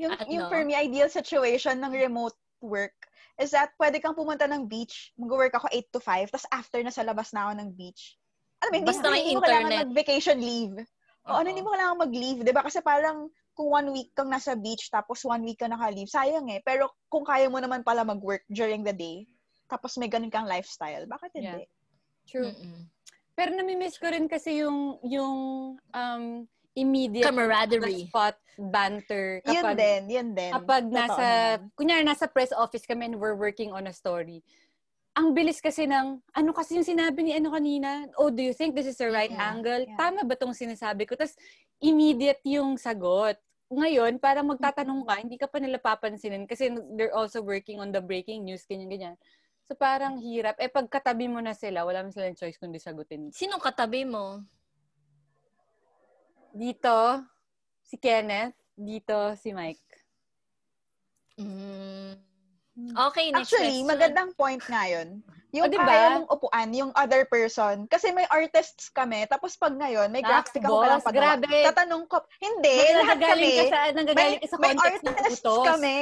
yung,
Ano?
yung for me, ideal situation ng remote work is that pwede kang pumunta ng beach, mag-work ako 8 to 5, tapos after nasa labas na ako ng beach. Alam mo, hindi,
Basta may
hindi mo kailangan
internet.
mag-vacation leave. O ano, hindi mo kailangan mag-leave, di ba? Kasi parang kung one week kang nasa beach, tapos one week ka naka-leave, sayang eh. Pero kung kaya mo naman pala mag-work during the day, tapos may ganun kang lifestyle, bakit hindi?
True.
Mm-mm.
Mm. Pero namimiss ko rin kasi yung, yung um, immediate
Camaraderie.
spot banter
Yun
kapag
din, yun din.
kapag
Totoo
nasa,
naman.
kunyari nasa press office kami and we're working on a story, ang bilis kasi ng, ano kasi yung sinabi ni ano kanina, oh, do you think this is the right
Mm, yeah,
angle?
yeah.
Tama ba tong sinasabi ko? Tapos, immediate yung sagot. Ngayon, para magtatanong ka, hindi ka pa nila papansinin kasi they're also working on the breaking news, ganyan-ganyan. So, parang hirap. Eh, pagkatabi mo na sila, wala mo silang choice kundi sagutin.
Sinong katabi mo?
Dito, si Kenneth. Dito, si Mike.
Mm. Okay, next
Hmm. Actually,
question.
magandang point nga yun.
O,
Yung
diba?
kaya mong upuan, yung other person. Kasi may artists kami, tapos pag ngayon, may
Nax,
graphic ako palang
boss,
pagawa.
grabe.
Tatanong ko, hindi,
Kung
Eh, lahat
nanggagaling
kami.
ka sa, nanggagaling ka sa
may
context ng
artists
utos.
kami.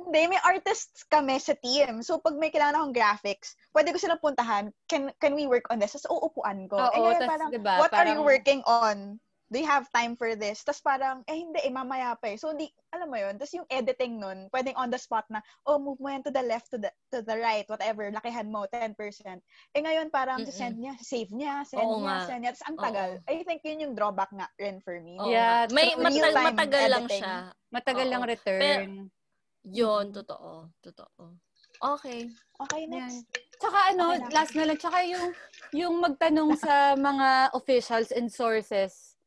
Hindi, may artists kami sa team. So, pag may kailangan akong graphics, pwede ko silang puntahan, can, can we work on this? Tapos, uupuan ko.
Oo,
eh, ngayon
tas,
parang,
diba,
what are
parang-
you working on? Do you have time for this? Tapos parang, eh hindi, eh mamaya pa eh. So, hindi, alam mo yun. Tapos yung editing nun, pwedeng on the spot na, oh, move mo yan to the left, to the, to the right, whatever, lakihan mo, 10%. Eh ngayon, parang,
Mm-mm.
send niya, save niya, send
Oo
niya,
nga.
send niya. Tapos ang
Oo.
tagal. I think yun yung drawback nga rin for me.
Oo
Yeah,
nga. May
true.
matag-
Real-time
matagal lang
editing.
siya.
Matagal
Oo.
lang return.
Yun, totoo. Totoo. Okay.
Okay,
Yan.
next.
Tsaka ano,
Okay lang.
last na lang, tsaka yung, yung magtanong sa mga officials and sources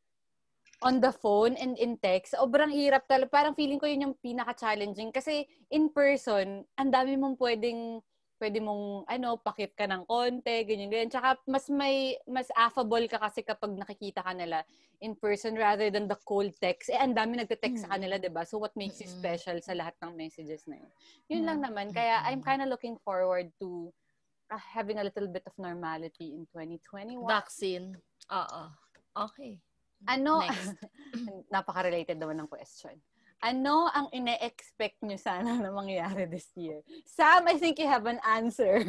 on the phone and in text, sobrang hirap talaga. Parang feeling ko yun yung pinaka-challenging. Kasi in person, ang dami mong pwedeng, pwede mong, ano, pakit ka ng konti, ganyan, ganyan. Tsaka mas may, mas affable ka kasi kapag nakikita ka nila in person rather than the cold text. Eh, ang dami nagte-text
Mm.
sa kanila, 'di ba? So, what makes you
Mm-mm.
special sa lahat ng messages na yun? Yun
Mm.
lang naman. Kaya, I'm
Mm-mm.
kind of looking forward to uh, having a little bit of normality in 2021.
Vaccine. Oo. Okay.
ano,
Next.
napaka-related naman ng question. Ano ang ine-expect nyo sana na mangyari this year? Sam, I think you have an answer.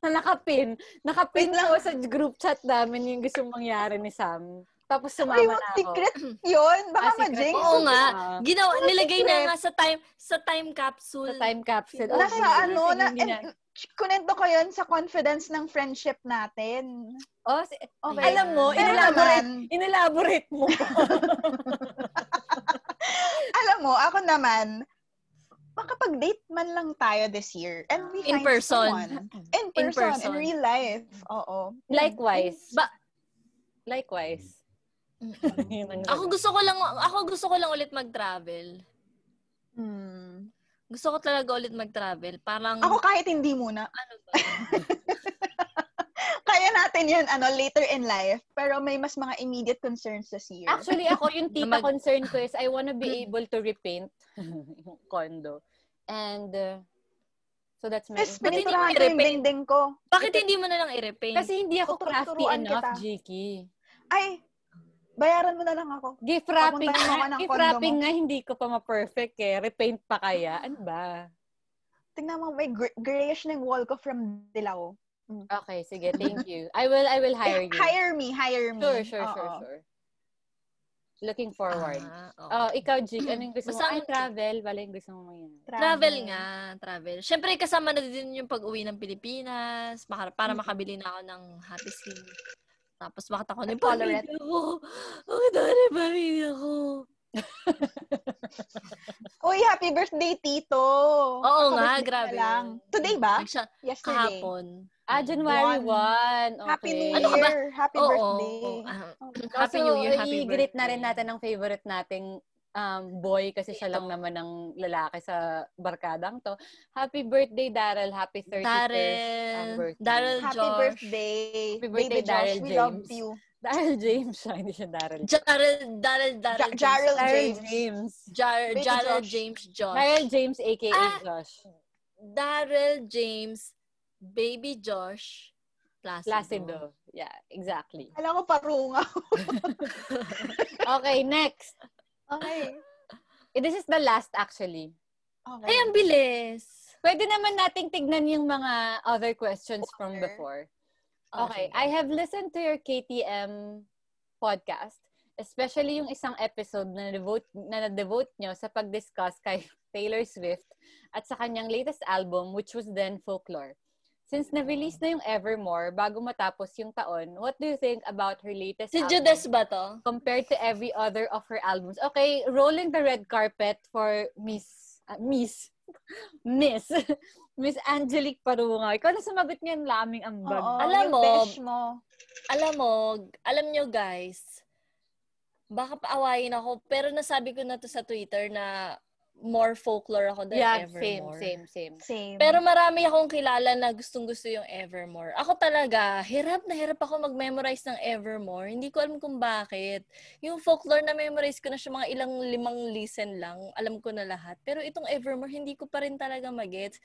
na nakapin. Nakapin
Wait
lang
lang.
ako sa group chat namin yung gusto mangyari ni Sam. Tapos sumama
Ay,
na
wag
ako.
secret yun. Baka
Ah, secret.
ma-jinx.
Mm. Oo nga.
Ah.
Ginawa,
Ano
nilagay na
secret?
nga sa time sa time capsule.
Sa time capsule.
Oo,
Nasa
sige,
ano,
sige,
na,
hindi na.
and, kunento ko yun sa confidence ng friendship natin.
Oh, si-
Okay.
alam mo,
Pero
inelaborate,
naman-
inelaborate mo pa.
alam mo, ako naman, makapag-date man lang tayo this year. And we
In
find
person.
someone. In person. In
person.
real life. Oo.
Likewise.
Ba-
Likewise.
Mm-hmm.
Mm-mm.
Yun ang-
ako gusto ko lang ako gusto ko lang ulit mag-travel.
Hmm.
Gusto ko talaga ulit mag-travel. Parang
Ako kahit hindi muna.
Mm. ano ba?
Kaya natin yun, ano, later in life. Pero may mas mga immediate concerns this year.
Actually, ako yung tita
Mag-
concern ko is I wanna
Mm.
be able to repaint yung condo. And, uh, so that's my...
Tapos
Ba't hindi
pininturahan
mo
ko yung
i-repaint?
dingding ko.
Bakit hindi mo na lang i-repaint?
Kasi hindi ako crafty
Tuturuan
enough,
kita.
Jiki.
Ay, bayaran mo na lang ako.
Gift wrapping
Papuntahin mo ako
nga,
ng
gift
condo
wrapping
mo.
nga, hindi ko pa ma-perfect eh. Repaint pa kaya? Ano ba?
Tingnan mo, may gr- grayish na yung wall ko from Dilaw. Eh,
Okay, sige, thank you. I will, I will hire you. Mm.
Hire me, hire me.
Sure, sure,
Oo.
sure, sure. Looking forward.
Ah, okay.
Oh, ikaw, Jig, ano yung gusto mo?
Basta-
Ay, travel. Bala yung gusto mo yan.
Travel nga, travel. Siyempre, kasama na din yung pag-uwi ng Pilipinas, para, para makabili na ako ng happy skin. Tapos bakit ako na,
Colorette.
pamilya ko. Ang dami pamilya ko.
Uy, happy birthday, Tito!
Oo nga,
Kakabit-bit na
grabe.
lang. Today ba?
Nagsya,
Yesterday.
kahapon.
Ah, January
One.
1. Okay.
Happy New Year!
Ano ka ba?
Happy
Oo,
birthday!
oo, ah,
Also,
happy New Year, happy birthday.
i-greet na rin natin ang favorite nating um, boy kasi siya
Ito.
lang naman ang lalaki sa barkadang to. Happy birthday, Daryl. Happy 31st
Daryl.
birthday.
Daryl
Happy
Josh.
birthday!
Happy birthday,
Baby Josh,
Daryl
we love
James.
you.
Daryl James siya, hindi siya Daryl.
Jarrell, Daryl, Daryl.
Ja- Jarrell
Daryl
James.
James.
Jar,
Baby
Jarrell
Josh.
James Josh.
Daryl James, aka
Oh. Ah!
Josh.
Daryl James, Baby Josh, Placido.
Placido. Yeah, exactly.
Alam ko parunga.
Okay, next.
Okay.
Eh, This is the last actually.
okay.
Ay, ang bilis.
Pwede naman nating tignan yung mga other questions from
Sure.
before.
Oh,
Okay,
sige.
I have listened to your KTM podcast, especially yung isang episode na devote na devote nyo sa pag-discuss kay Taylor Swift at sa kanyang latest album which was then Folklore. Since na-release na yung Evermore bago matapos yung taon, what do you think about her latest
Si
album
Judas ba to?
compared to every other of her albums? Okay, rolling the red carpet for Miss ah, Miss Miss Miss Angelique Parunga. Ikaw na sumagot niyan laming ambag.
Oo,
Alam
yung
mo,
besh mo.
Alam mo, alam nyo guys, baka paawayin ako, pero nasabi ko na to sa Twitter na more folklore ako than
Yeah, same,
Evermore.
same, same.
Same.
Pero marami akong kilala na gustong-gusto yung Evermore. Ako talaga, hirap na hirap ako mag-memorize ng Evermore. Hindi ko alam kung bakit. Yung folklore na memorize ko na siya mga ilang limang listen lang. Alam ko na lahat. Pero itong Evermore, hindi ko pa rin talaga magets.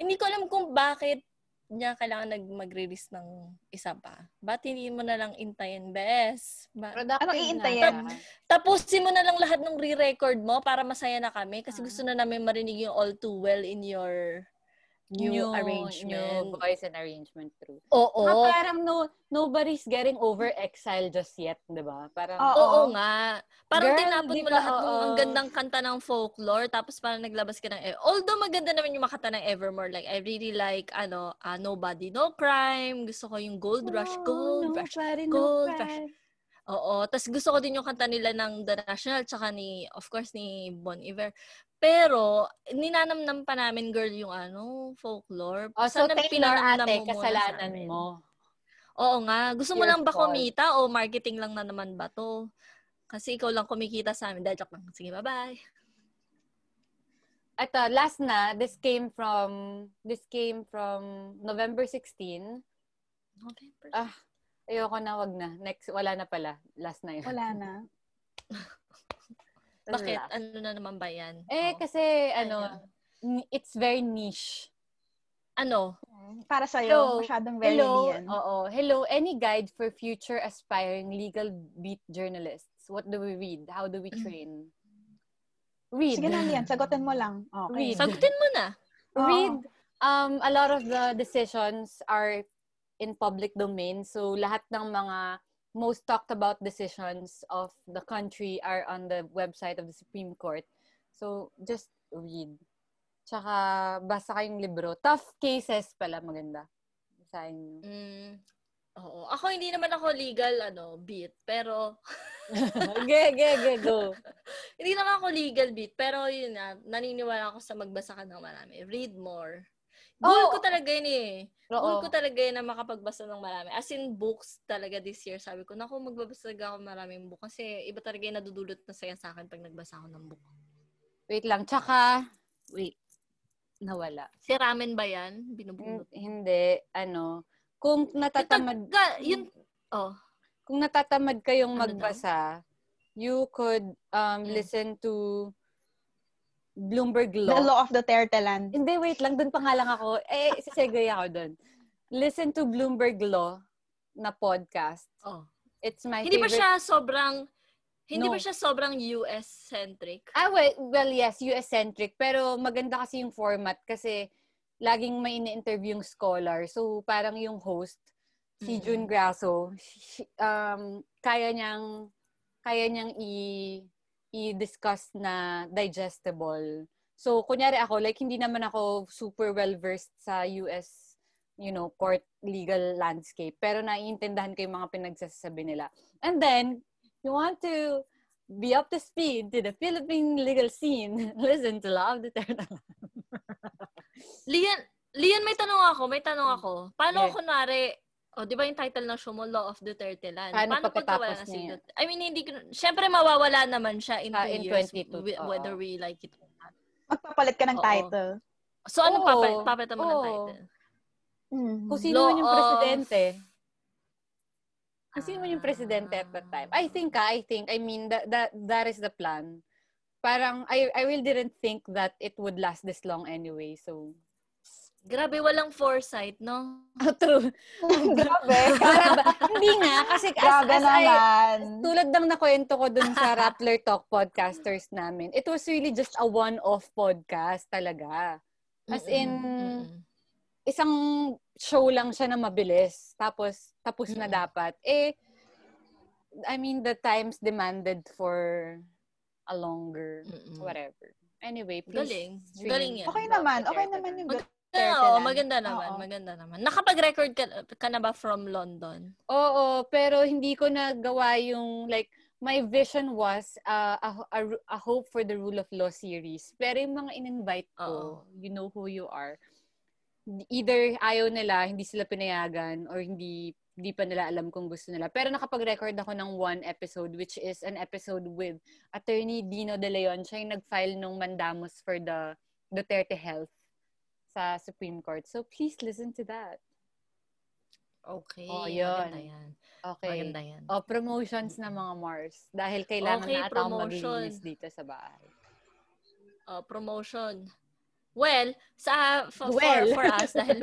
Hindi ko alam kung bakit niya kailangan nag mag-release ng isa pa. Ba't hindi mo na lang intayin, bes? Ba-
Productive
Anong
na.
iintayin?
Tapusin mo na lang lahat ng re-record mo para masaya na kami
Ah.
kasi gusto na namin marinig yung all too well in your new, arrangement.
New voice and arrangement, true.
Oo.
Ah, parang no, nobody's getting over exile just yet, di ba? Parang,
Oo.
Oo nga. Parang
Girl,
tinapon
di
mo
ba,
lahat ng
oo.
ang gandang kanta ng folklore tapos parang naglabas ka ng eh, Although maganda naman yung makata ng Evermore like I really like ano ah, Nobody No Crime. Gusto ko yung Gold Rush Gold Rush. Gold Rush. Oo. Tapos gusto ko din yung kanta nila ng The National tsaka ni, of course, ni Bon Iver. Pero, ninanamnam pa namin, girl, yung ano, folklore.
Oh, so,
Sana
Taylor,
pinanamnam
ate,
mo muna sa
kasalanan
amin.
mo.
Oo nga. Gusto mo
Your
lang ba
fault.
kumita o marketing lang na naman ba to? Kasi ikaw lang kumikita sa amin. Dahil joke lang. Sige, bye-bye.
Ito, last na, this came from, this came from November 16.
November.
Ah, Ayoko na, wag na. Next, wala na pala. Last na yun.
Wala na.
Bakit?
Last.
Ano na naman ba yan?
Eh,
Oh.
kasi, ano, ni- it's very niche.
Ano?
Para
Hello.
sa'yo, masyadong very
Hello,
yan.
oo. Hello, any guide for future aspiring legal beat journalists? What do we read? How do we train? Read.
Sige lang yan, sagutin mo lang. Okay.
Read.
Sagutin mo na.
Oo.
Read. Um, a lot of the decisions are in public domain. So, lahat ng mga most talked about decisions of the country are on the website of the Supreme Court. So, just read. Tsaka, basa kayong libro. Tough cases pala, maganda. Basahin nyo.
Mm. Oo. Ako, hindi naman ako legal, ano, beat. Pero,
ge, ge, ge, go.
Hindi naman ako legal beat, pero yun na, naniniwala ako sa magbasa ka ng marami. Read more. Goal
Oo.
ko talaga yun eh.
Oo.
Goal ko talaga yun na makapagbasa ng marami. As in, books talaga this year. Sabi ko, naku, magbabasa talaga ako maraming book. Kasi iba talaga yung nadudulot na saya sa akin pag nagbasa ako ng book.
Wait lang. Tsaka,
Wait.
nawala.
Si ramen ba yan?
Hin-
Binubunot.
Hindi, ano, kung natatamad,
Ga- yun, oh.
kung natatamad kayong
Ano daw?
magbasa, you could um,
Mm.
listen to Bloomberg
The
Law.
Law of the Terteland.
Hindi, wait lang. Doon pa nga lang ako. Eh, sisegue ako doon. Listen to Bloomberg Law na podcast.
oh.
It's Mm. my
Hindi ba
favorite.
siya sobrang, hindi
No.
ba siya sobrang US-centric?
Ah, well, well, yes, US-centric. Pero maganda kasi yung format kasi laging may ini-interview yung scholar. So, parang yung host, si
Mm.
June Grasso, sh- sh- um, kaya niyang, kaya niyang i- i-discuss na digestible. So, kunyari ako, like, hindi naman ako super well-versed sa US, you know, court legal landscape. Pero naiintindahan ko yung mga pinagsasabi nila. And then, you want to be up to speed to the Philippine legal scene, listen to Love the Terna.
Lian, Lian, may tanong ako. May tanong ako. Paano
Yeah.
kunwari, o, di ba yung title ng show mo, Law of Duterte Land?
Paano pagkatapos
wala
niya yun?
Duterte? I mean, hindi, ko- syempre mawawala naman siya in,
Ah,
two
in oh.
years,
22,
wi-
oo.
whether we like it or not.
Magpapalit ka ng
Oo.
title.
So, ano
Oo.
papal, papalitan mo ng
Oo.
title?
Mm.
Kung sino man yung
Law of-
presidente. Kung sino man yung presidente at that time. I think, ah, I think, I mean, that, that, that is the plan. Parang, I, I really didn't think that it would last this long anyway, so. Ah,
Grabe, walang foresight, no?
True.
Grabe.
Parang, ba- hindi nga, kasi as,
Grabe
as I,
naman.
tulad ng nakwento ko dun sa Rappler Talk podcasters namin, it was really just a one-off podcast talaga. As in,
Mm-mm.
isang show lang siya na mabilis. Tapos, tapos na
Mm-mm.
dapat. Eh, I mean, the times demanded for a longer,
Mm-mm.
whatever. Anyway, please.
Mm. Galing.
stream
Galing yan.
Okay naman. Okay naman yung
Mag-
good
Yeah,
Duterte
oo,
Land.
maganda naman,
Oo.
maganda naman. Nakapag-record ka, ka na ba from London?
Oo, pero hindi ko nagawa yung, like, my vision was uh, a, a, a Hope for the Rule of Law series. Pero yung mga in-invite ko, you know who you are, either ayaw nila, hindi sila pinayagan, or hindi hindi pa nila alam kung gusto nila. Pero nakapag-record ako ng one episode, which is an episode with Attorney Dino De Leon. Siya yung nag-file nung mandamos for the Duterte Health sa Supreme Court. So, please listen to that.
Okay,
Oo, Oh, yun.
maganda yan.
Okay.
Maganda yan.
O, Oh, promotions na mga Mars. Dahil kailangan
Okay,
na atang
promotion.
mag-release dito sa bahay.
Uh, promotion. Well, sa for, for-
Well.
for us dahil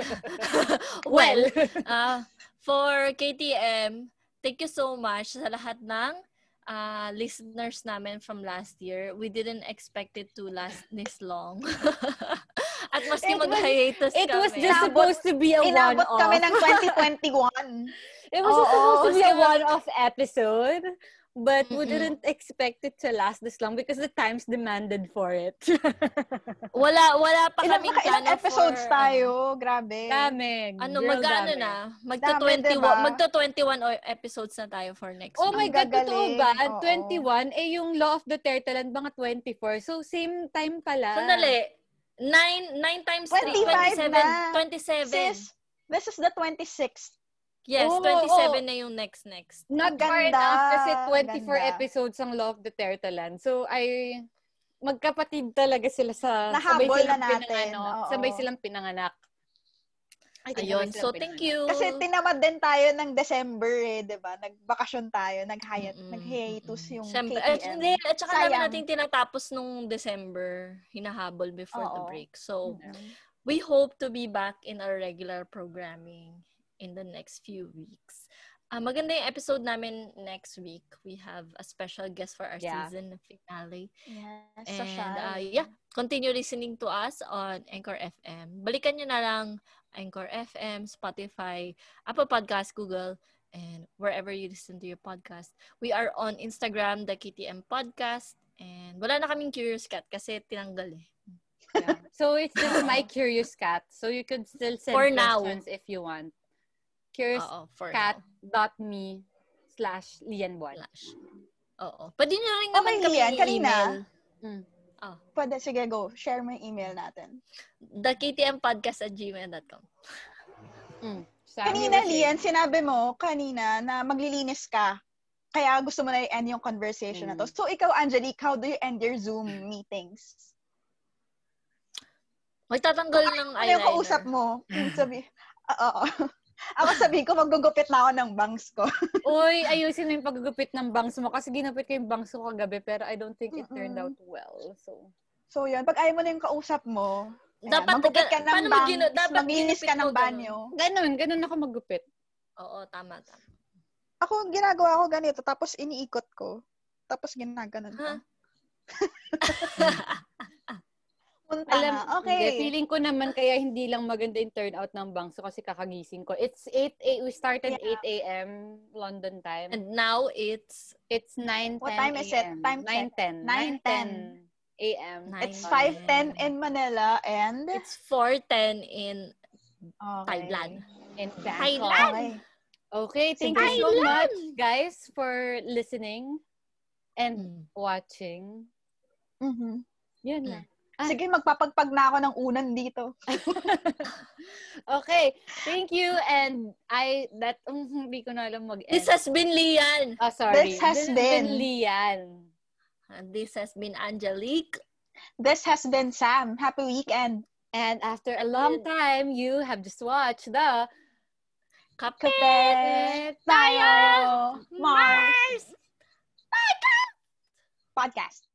well,
Well,
ah, for KTM, thank you so much sa lahat ng ah, listeners namin from last year. We didn't expect it to last this long. At mas
It was-
mag-hiatus
it was
kami.
just
Inabot-
supposed to be a
Inabot
one-off.
kami ng 2021.
It was
Oo,
supposed to be a
kasi-
one-off episode, but we
Mm-mm.
didn't expect it to last this long because the times demanded for it.
Wala, wala pa
ilang,
kaming
ilang
plano for,
episodes
ano,
tayo. grabe.
Dami.
Ano,
girl,
mag-ano
dami.
na? Magta
Dami,
21,
diba?
magta 21 o- episodes na tayo for next
Oh
month.
my God, totoo
gagaling.
ba?
Oo.
21, eh yung Law of the Tertaland, mga 24. So, same time pala.
Sandali. 9, 9 times 3,
25 na.
27. 27.
Sis, this is the 26th.
yes,
Oo,
27
oo.
na yung next next.
Not
Ang
far
ganda,
enough kasi
ang
24
ganda.
episodes ang Law of the Tertaland. So, ay magkapatid talaga sila sa sabay
Nahabol
silang
na natin.
pinangano.
Oo.
Sabay silang pinanganak. I think
Ayun.
sabay silang
So, thank
pinanganak.
you.
Kasi tinamad din tayo ng December eh, di ba? Nagbakasyon tayo, nag-hiatus,
Mm-mm,
nag-hiatus
mm-mm. Mm-hmm.
yung
Mm. Siyempre, eh.
KTM.
At, hindi, at saka
Sayang.
namin natin tinatapos nung December, hinahabol before the
Oo.
break. So,
Mm.
we hope to be back in our regular programming in the next few weeks. Ah, maganda yung episode namin next week. We have a special guest for our
Yeah.
season finale.
Yes,
And
social.
uh, yeah, continue listening to us on Anchor FM. Balikan nyo na lang Anchor FM, Spotify, Apple Podcast, Google, and wherever you listen to your podcast. We are on Instagram, The KTM Podcast. And wala na kaming Curious Cat kasi tinanggal eh.
Yeah. So it's just my curious cat. So you could still send
For now.
questions if you want. Curious
Oo, for
cat
now.
dot me slash Lian Buwan.
Flash. Oo. Pwede nyo rin
Okay,
naman kami
Lian, kanina.
i-email.
Pwede, sige, go. Share mo yung email natin.
TheKTMPodcast at gmail.com.
Mm. Sa- we
Kanina,
were
Lian, sinabi mo kanina na maglilinis ka. Kaya gusto mo na i-end yung conversation
Mm.
na to. So, ikaw, Angelique, how do you end your Zoom meetings?
Magtatanggal ng
Ano yung kausap
eyeliner.
mo? Yung Sabi, Ah, oo. Ako sabihin ko, magugupit na ako ng bangs ko.
saying, Uy, ayusin mo yung paggupit ng bangs mo kasi ginupit ko yung bangs ko kagabi pero I don't think it
Mm-mm.
turned out well. So,
So, yun. Pag ayaw mo na yung kausap mo, ayan,
Dapat
magupit
taga-
ka ng
paano mo
bangs,
ginu- dapat
maglinis
ginupit
ka ng
mo, ganun.
banyo.
ganun, ganun ako maggupit.
Oo, tama, tama.
Ako, ginagawa ko ganito, tapos iniikot ko. Tapos ginaganon ko.
Huh?
Munta
Alam,
na.
hindi,
Okay.
feeling ko naman kaya hindi lang maganda yung turnout ng bangs ko kasi kakagising ko. It's 8 a we started 8 a.m. London time.
And now it's
It's 9:10
What time is it?
AM.
Time check.
9:10. 9:10
9:10.
AM.
Nine.
It's 5.10 in Manila and...
it's 4:10 in
Okay.
Thailand.
in
Thailand.
Bangkok.
Okay.
Okay, thank you
Sige.
so much guys for listening and
Mm.
watching.
Mhm.
Yun
Mm.
lang.
Sige, magpapagpag na ako ng unan dito.
Okay, thank you and I that um, hindi ko na alam mag-end.
This has been Lian.
oh, sorry.
This has been-
Lian.
And this has been Angelique.
This has been Sam. Happy weekend.
And after a long
Been-
time, you have just watched the
Kape.
Kape
Tayo!
tayo! Mars
Mars!
Podcast.